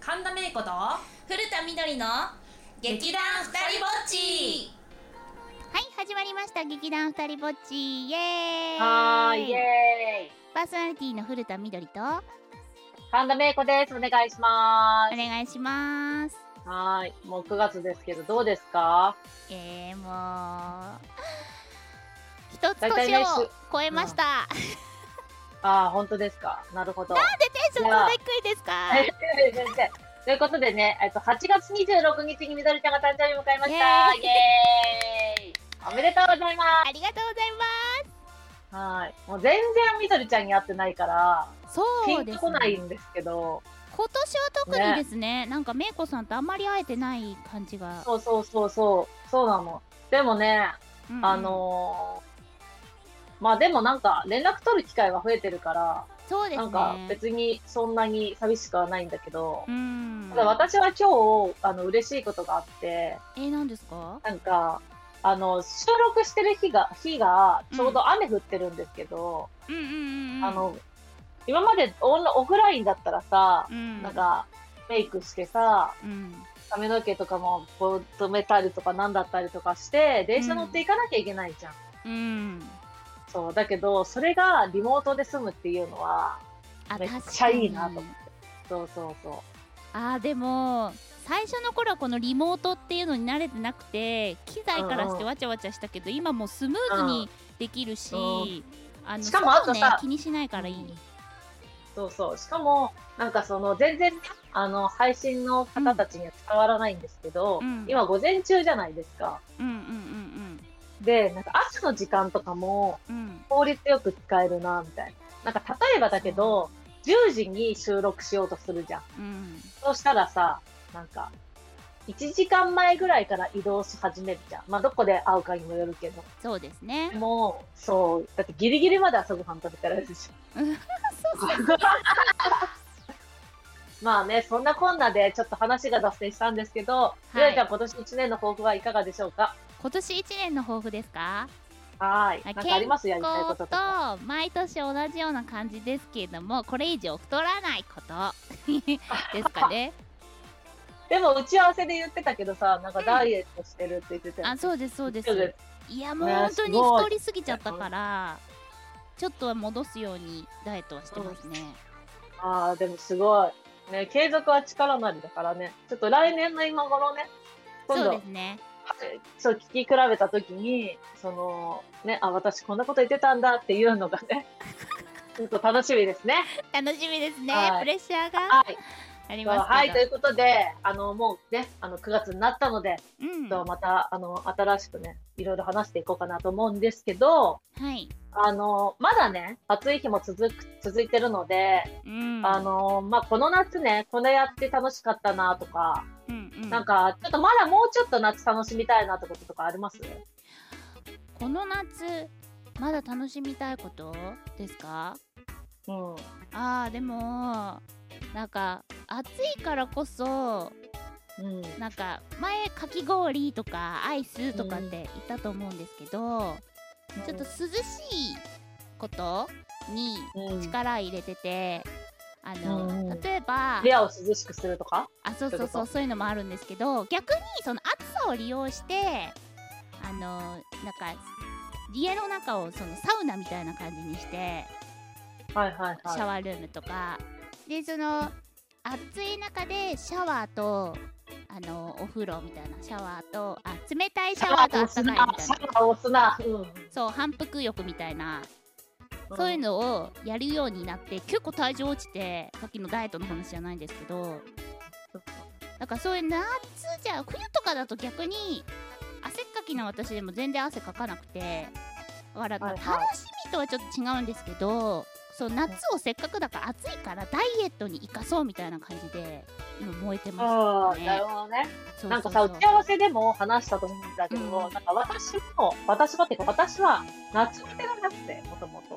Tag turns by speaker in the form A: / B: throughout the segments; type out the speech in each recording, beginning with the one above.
A: 神田芽衣子と
B: 古田みどりの劇団ふたりぼっち
C: はい始まりました劇団ふたりぼっちイエーイ
D: はーい、イエーイ。
C: パーソナリティの古田みどりとお
D: 神田芽衣子です。お願いします。
C: 願いします
D: はーい、もう9月ですけど、どうですか
C: えー、もう一つ
D: 大体
C: 年
D: ね
C: を
D: し
C: 超えました、
D: ああ、本当ですか。なるほど。
C: テンションそんな低いですか
D: 先生 ということでね、えっと、8月26日にみどりちゃんが誕生日を迎えました。イ
C: イ
D: エーイ。おめでとうございま
C: ありがとうござい
D: す。はーい。もう全然みどりちゃんに会ってないから、
C: ますそ
D: ピ
C: う
D: ン
C: で
D: と
C: す
D: こない
C: ね
D: んですけど、
C: 今年は特にですねなんかめいこさんとあんまり会えてない感じが、
D: そうそうそうそう、そうなの。でもね、
C: うんうん
D: あのーまあでもなんか連絡取る機会が増えてるから、
C: そうです
D: な
C: ね
D: んか別にそんなに寂しくはないんだけど
C: う、ん
D: ただ私は今日、あの、嬉しいことがあって、
C: えー、何ですか
D: なんか、あの、収録してる日が、日が、ちょうど雨降ってるんですけど、
C: うんうんうんうん
D: あの、今までオンオフラインだったらさ
C: う、ん
D: なんか、メイクしてさ、
C: うん
D: 髪の毛とかもこう止めたりとかなんだったりとかして、電車乗っていかなきゃいけないじゃん。
C: うん
D: そう、だけど、それがリモートで済むっていうのは、
C: あ
D: めっ
C: 確
D: ち
C: か
D: ゃ
C: に
D: いいなと思って。そうそうそう。
C: あーでも最初の頃はこのリモートっていうのに慣れてなくて機材からしてわちゃわちゃしたけど今もうスムーズにできるし、
D: うん
C: あの
D: しかもあと
C: 外ね
D: さ
C: 気にしないからいい、
D: そうそう。しかも、なんかその、全然、あの、配信の方たちには伝わらないんですけど、
C: うん
D: 今午前中じゃないですか。
C: うん、うん
D: で、なんか朝の時間とかも
C: うんうんうん
D: 効率よく使えるな、みたいな。なんか例えばだけど、10時に収録しようとするじゃん。
C: うん
D: そうしたらさ、なんか、1時間前ぐらいから移動し始めるじゃん。まあ、どこで会うかにもよるけど。
C: そうですね
D: でも、そう、だってギリギリまで朝ごはん食べてられるでしょ。まあね、そんなこんなでちょっと話が脱線したんですけど、
C: い
D: ゆらちゃん、今年1年の抱負はいかがでしょうか
C: 今年1年の抱負ですか
D: はー
C: はい
D: い。なんかありますやりたい
C: こ
D: こ
C: うと
D: ととか。
C: 毎年同じような感じですけれどもこれ以上太らないこと ですかね
D: でも、打ち合わせで言ってたけどさ、なんかダイエットしてるって言ってたよ
C: あそうですそうです
D: そうで
C: いやもう
D: ね
C: 本当に
D: すごい
C: 太りすぎちゃったからちょっとは戻すようにダイエットはしてますね、
D: ああ、でもすごい。ね、継続は力なりだからね。ちょっと来年の今頃ね、今
C: そう
D: 度
C: です、ね
D: そう聞き比べたときに、その、ね、あ、私こんなこと言ってたんだっていうのが ね、ちょっと楽しみですね。
C: 楽しみですね、
D: はい
C: プレッシャーが
D: はい。
C: あり
D: そう
C: ます
D: は
C: け
D: い、
C: ど、
D: ということで、あの、もうね、あの、9月になったので、
C: うん
D: とまた、あの、新しくね、いろいろ話していこうかなと思うんですけど、
C: はい、
D: あの、まだね、暑い日も続く、続いてるので、
C: うん、
D: あの、まあ、この夏ね、これやって楽しかったなとか、
C: うんうん
D: なんか、ちょっとまだもうちょっと夏楽しみたいなってこととかあります
C: この夏まだ楽しみたいことですか
D: うん。
C: あーでもなんか暑いからこそ
D: うん。
C: なんか前かき氷とかアイスとかって言ったと思うんですけど、ちょっと涼しいことに
D: うん、うん。
C: 力入れてて、あの、
D: うん
C: 例えば
D: 部屋を涼しくするとか
C: あそうそう
D: そういうこ
C: そう
D: と
C: そういうのもあるんですけど逆にその暑さを利用してあのなんか家の中をそのサウナみたいな感じにして
D: はいはい
C: シャ
D: は
C: ワールームとか、でその暑い中でシャワーとあのお風呂みたいなシャワーとあ冷たい
D: い。
C: シャワーとあったかいみたい
D: シ
C: な
D: ャワーを押すな。シャワーを押すな。
C: そう反復浴みたいな
D: うん。
C: そういう
D: の。
C: のをやるようになって結構体重落ちてさっきのダイエットの話じゃないんですけどだからそういう夏じゃ冬とかだと逆に汗っかきな私でも全然汗かかなくてだから
D: はいはい
C: 楽しみとはちょっと違うんですけどそう夏をせっかくだから暑いからダイエットに生かそうみたいな感じで今燃えてま
D: あ
C: す
D: あ、な
C: ね
D: るほどね。
C: そうそうそう
D: なんかさ、打ち合わせでも話したと思うんだけども、
C: うん
D: なんか私も、私もっていうか、私は夏バテがなくて、もともと。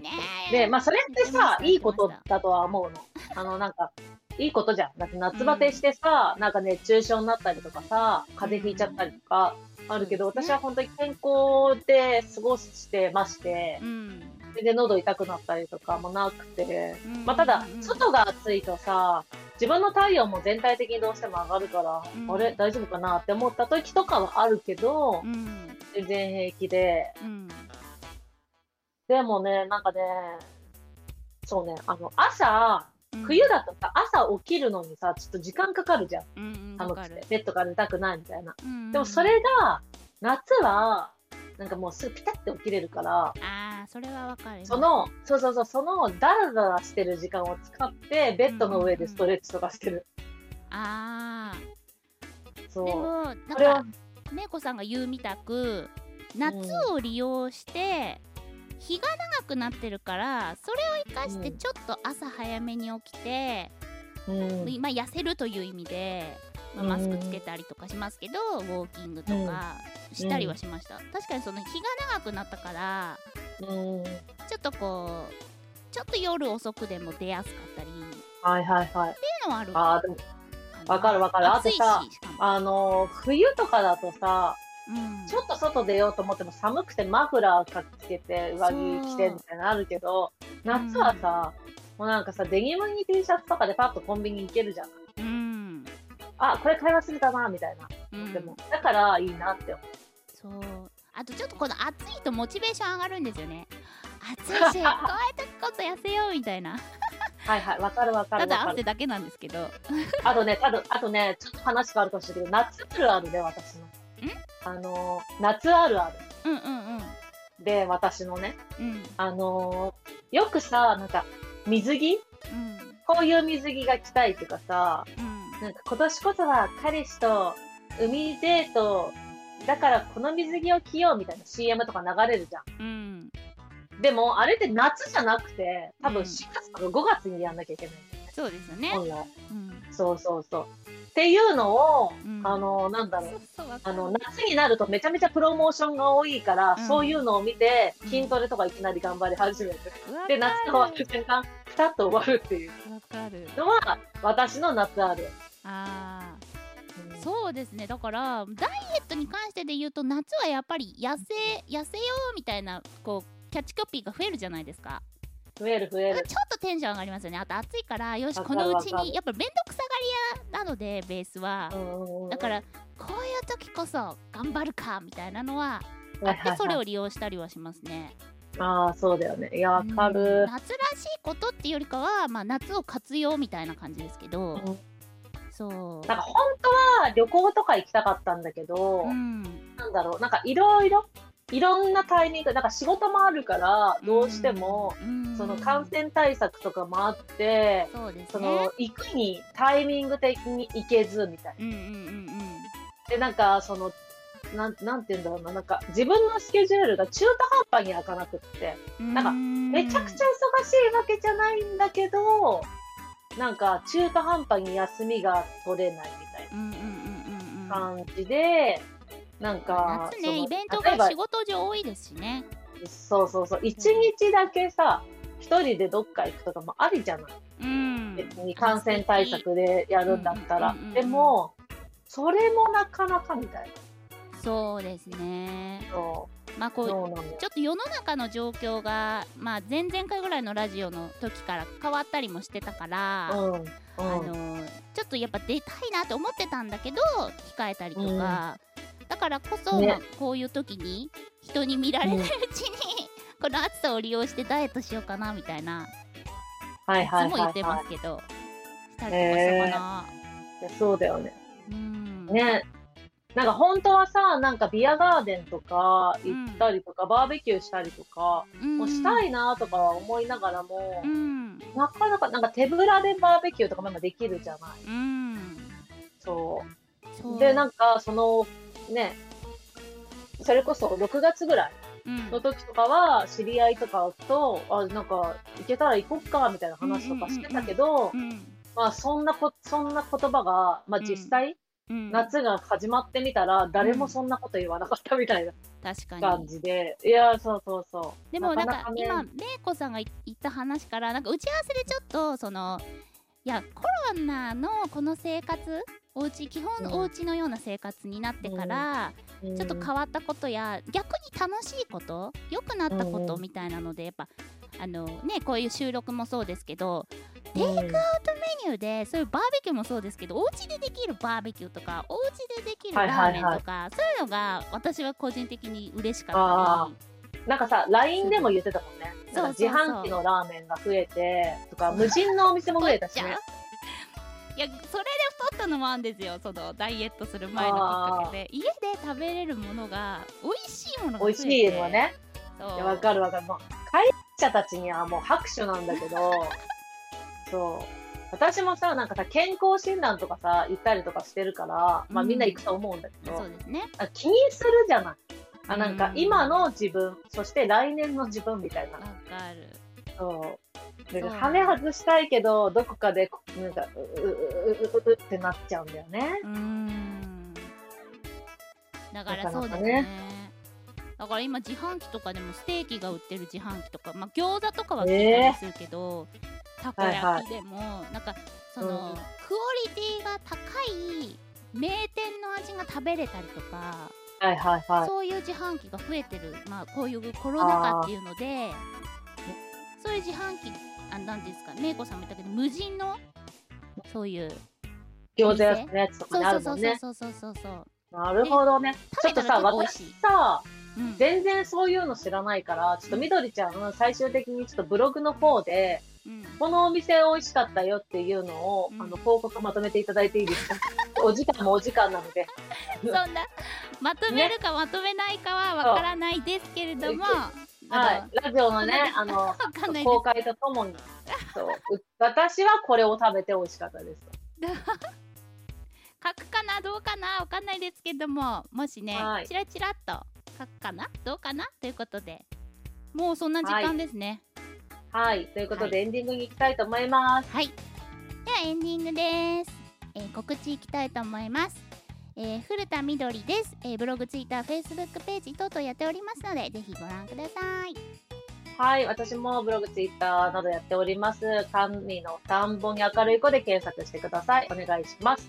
C: ね
D: で、まあ、それってさ、
C: 言っ
D: いい
C: てま
D: こ
C: した言っ
D: と
C: てま
D: だとは思うの。あの、なんか、いいことじゃん。だって夏バテしてさ、なんか熱中症になったりとかさ、風邪ひいちゃったりとかあるけど、
C: そうです
D: 私
C: ね
D: は本当に健康で過ごしてまして、
C: うん
D: それで喉痛くなったりとかもなくて、
C: うん
D: まあ、ただ
C: うん
D: 外が暑いとさ自分の体温も全体的にどうしても上がるから、
C: うん
D: あれ大丈夫かなって思った時とかはあるけど、
C: うん
D: 全然平気で
C: うん
D: でもねなんかねそうねあの朝
C: うん
D: 冬だとさ朝起きるのにさちょっと時間かかるじゃん
C: うんうんわ
D: 寒
C: か
D: く
C: る
D: てベッドから出たくないみたいな
C: うんうん
D: でもそれが夏はなんかもうすぐピタッて起きれるから
C: あーそれはわかる
D: そのそうそうそうそのダラダラしてる時間を使ってベッドの上でストレッチとかしてる、
C: あーで
D: そう
C: も
D: これ
C: な
D: は
C: んかめいこさんが言うみたく夏を利用して、日が長くなってるからそれを生かして
D: うん
C: ちょっと朝早めに起きて、
D: うん
C: まあ痩せるという意味で、まあ
D: うん
C: マスクつけたりとかしますけど、ウォーキングとかしたりはしました、確かにその日が長くなったから
D: うん
C: ちょっとこうちょっと夜遅くでも出やすかったりってい
D: はいはいはいう
C: のはある
D: あーでも
C: な
D: わかるわかる
C: 暑いし
D: あとさ
C: しかも
D: あのー冬とかだとさ
C: うん
D: ちょっと外出ようと思っても寒くてマフラーかつけて上着着てみたいなのあるけど夏はさ、もうなんかさデニムに T シャツとかでパッとコンビニ行けるじゃん
C: うん
D: あこれ買い忘れたなみたいな
C: うん
D: でもだからいいなって思う
C: そうあとちょっとこの暑いとモチベーション上がるんですよ ね暑いしこういう時こそ痩せようみたいな
D: はいはいわかるわか
C: た
D: るわ
C: だ
D: かる
C: 汗だけなんですけど
D: あとね、ただ、あとね、ちょっと話があるかもしれないけど、夏あるあるで、私の。あのー、夏あるある
C: うんうんうん
D: で、私のね、
C: うん
D: あのー、よくさ、なんか、水着
C: うん
D: こういう水着が着たいとかさ、
C: うん
D: なんか今年こそは彼氏と海デート、だからこの水着を着ようみたいな CM とか流れるじゃ
C: うん
D: ん。でも、あれって夏じゃなくて、多分
C: うん
D: 4月とか5月にやんなきゃいけない。
C: そうですよね
D: 本来。
C: うん
D: そうそうそう。っていうのを、
C: うん
D: あのー、なんだろう
C: そ。うそうわか
D: あ
C: る
D: の夏になるとめちゃめちゃプロモーションが多いから、
C: うん
D: そういうのを見て
C: うん
D: 筋トレとかいきなり頑張り始める、
C: わか
D: で
C: る
D: 夏が終わる瞬間ピタッと終わるっていう
C: わかる
D: のは私の夏ある、
C: あーそうですねだからダイエットに関してで言うと夏はやっぱり痩せ痩せようみたいなこうキャッチコピーが増えるじゃないですか
D: 増える増え
C: なん
D: る
C: かちょっとテンション上がりますよねあと暑いからよし
D: わ
C: こ
D: かる
C: のうち
D: わかる
C: にやっぱ面倒くさがり屋なのでベースは
D: うんうんうん
C: だからこういう時こそ頑張るかみたいなのはあ
D: は
C: っ
D: いはいは
C: て
D: い
C: それを利用したりはしますね
D: ああそうだよねいやわか
C: うん
D: る、
C: 夏らしいことっていうよりかはまあ夏を活用みたいな感じですけど
D: うん
C: そう
D: なんか本当は旅行とか行きたかったんだけど、
C: うん
D: なんだろうなんかいろいろいろんなタイミングなんか仕事もあるからどうしても、
C: うん
D: その感染対策とかもあって、
C: そうです
D: そ
C: ね
D: の行くにタイミング的に行けずみたいな。
C: うんうんうんうん
D: でなんかそのなんなんて言うんだろうななんか自分のスケジュールが中途半端に開かなくってなんかめちゃくちゃ忙しいわけじゃないんだけどなんか中途半端に休みが取れないみたい
C: うんうんうんうんうん
D: な感じで。なんか
C: 夏
D: その
C: ねイベント
D: 例え
C: が
D: ば
C: 仕事上多いですしね
D: そうそうそう一日だけさ一人でどっか行くとかもありじゃない
C: うん
D: 別に感染対策でやるんだった
C: う
D: ら
C: んうんうんうんうん
D: でもそれもなかなかみたい
C: そうですね
D: なそ
C: まあこ
D: う
C: う
D: そうなんだよ
C: ちょっと世の中の状況が、まあ、前々回ぐらいのラジオの時から変わったりもしてたから、あ
D: うんうん
C: のちょっとやっぱ出たいなって思ってたんだけど控えたりとか、だからこそ、
D: ね
C: まあ、こういう時に人に見られないうちに、この暑さを利用してダイエットしようかなみたいな、
D: はいはいい
C: つも言
D: は
C: って
D: い
C: ま
D: は
C: すけど、したりとかしたかな。
D: いそうだよね
C: うん
D: ねなんか本当はさなんかビアガーデンとか行ったりとかバーベキューしたりとか
C: うん
D: もうしたいなとかは思いながらも
C: うん
D: なかなかなんか手ぶらでバーベキューとかも今できるじゃない
C: うん
D: そう
C: そう
D: でなんかそのねそれこそ6月ぐらい
C: うん
D: の時とかは知り合いとかとあなんか行けたら行こっかみたいな話とかしてたけど
C: うん
D: まあそんなこそんな言葉が、まあ、
C: うん
D: 実際、
C: うん、
D: 夏が始まってみたら誰もそんなこと言わなかったみたいな
C: 確かに
D: 感じで、いやそうそうそう
C: でもなん
D: な
C: か
D: ね
C: 今めいこさんが言った話からなんか打ち合わせでちょっとそのいやコロナのこの生活お家基
D: うん
C: 本お家のような生活になってから、ちょっと変わったことや逆に楽しいこと良くなったこ
D: う
C: と
D: ん
C: みたいなのでやっぱあのねこういう収録もそうですけどテイ
D: うん
C: クアウトメニューでそういうバーベキューもそうですけどお家でできるバーベキューとかお家でできる
D: はいは
C: ラー
D: いは
C: メ
D: い
C: ンとか、そういうのが私は個人的に嬉しかったり
D: なんかさ、LINE でも言ってたもんね。
C: そう
D: なんか自販機のラーメンが増えて、とか、無人のお店も増えたしね。
C: いやそれで太ったのもあるんですよそのダイエットする前のきっかけで家で食べれるものが美味しいものが増
D: 美
C: え
D: 味
C: て
D: しいのはね。
C: そう
D: いやわかるわかる。もう、会社たちにはもう拍手なんだけど、 そう。私もさ、なんかさ、健康診断とかさ、行ったりとかしてるから、まあ
C: うん
D: みんな行くと思うんだけど、
C: そうですね
D: あ気にするじゃない。あ、なんか
C: うん
D: 今の自分、そして来年の自分みたいな
C: わ。かる
D: そう。
C: そう
D: で羽外したいけど、どこかで、こなんか、ううううううってなっちゃうんだよね。
C: うーんだから
D: なか
C: そ
D: な
C: うで
D: かね
C: すねだから今自販機とかでもステーキが売ってる自販機とかまあ餃子とかは売ってたりするけど、たこ
D: はいは
C: 焼
D: い
C: きでも、なんかその、
D: うん
C: クオリティが高い名店の味が食べれたりとか、
D: はいはいはい。
C: そういう自販機が増えてる、まあ、こういうコロナ禍っていうのでそういう自販機あなんていうんですかメイコさんも言ったけど無人のそういう
D: 餃子屋さんのやつとか
C: そう
D: にあ
C: そ
D: る
C: うそ
D: も
C: うそうん
D: ね。
C: そうそうそうそう
D: なるほどね。ちょっ
C: 食べ
D: と
C: たら
D: さ、
C: 結構美味し
D: 私
C: い、
D: さ、
C: うん、
D: 全然そういうの知らないから、ちょっとみどりちゃん、最終的にちょっとブログの方で、
C: うん
D: このお店美味しかったよっていうのを、
C: うん
D: あの、広告まとめていただいていいですかお時間もお時間なので。
C: そんなまとめるかまとめないかはわからないですけれども、
D: はい。ラジオのね、あの、
C: 分かんないで
D: 公開とともに、そう、う私はこれを食べて美味しかったです。
C: す書くかなどうかなわかんないですけどももしね
D: はい
C: チラチラっと書くかなどうかなということでもうそんな時間ですね
D: はい、ということでエンディングに行きたいと思います。
C: はい、ではエンディングです、えー告知いきたいと思いますえー古田みどりです、えーブログツイッターフェイスブックページ等々やっておりますのでぜひご覧ください
D: はい、私もブログ、ツイッターなどやっております。神の田んぼに明るい子で検索してください。お願いします。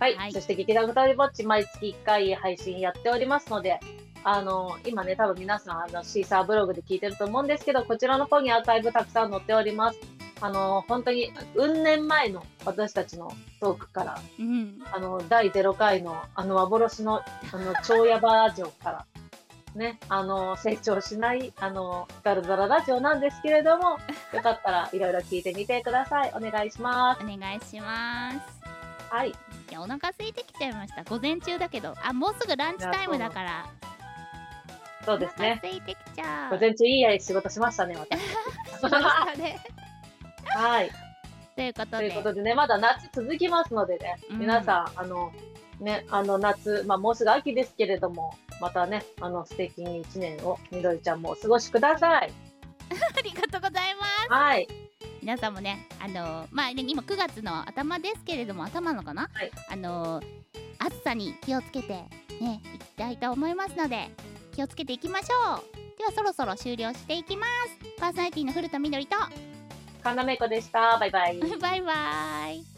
D: はい、
C: はい
D: そして劇団ふたりぼっち毎月1回配信やっておりますので、あの、今ね、多分皆さん、あの、シーサーブログで聞いてると思うんですけど、こちらの方にアーカイブたくさん載っております。あの、本当に、うん年前の私たちのトークから、
C: うん
D: あの、第0回の、あの、幻の、あの、超ヤバラジオから、ね、あの、成長しない、あの、ダラダララジオなんですけれど も、よかったらいろいろ聞いてみてください。お願いします。
C: お願いします
D: はい。
C: いやお腹空いてきちゃいました午前中だけどあもうすぐランチタイムだから
D: そうです
C: お腹
D: ね。
C: 空いてきちゃう
D: 午前中いいやい仕事しましたね、私。
C: そうですか ね
D: はい。
C: ということ
D: と
C: で
D: いうことでね、まだ夏続きますのでね、
C: うん
D: 皆さん、あの、ね、あの夏、まあもうすぐ秋ですけれども、またね、あの素敵に一年をみどりちゃんもお過ごしください。
C: ありがとうございます
D: はい。
C: 皆さんもねあのーまあね今9月の頭ですけれども頭なのかな、
D: はい
C: あのー暑さに気をつけてねいきたいと思いますので気をつけていきましょうではそろそろ終了していきますパーソナリティの古田みどりと
D: 神田芽衣子でした。バイバイ。
C: バイバーイ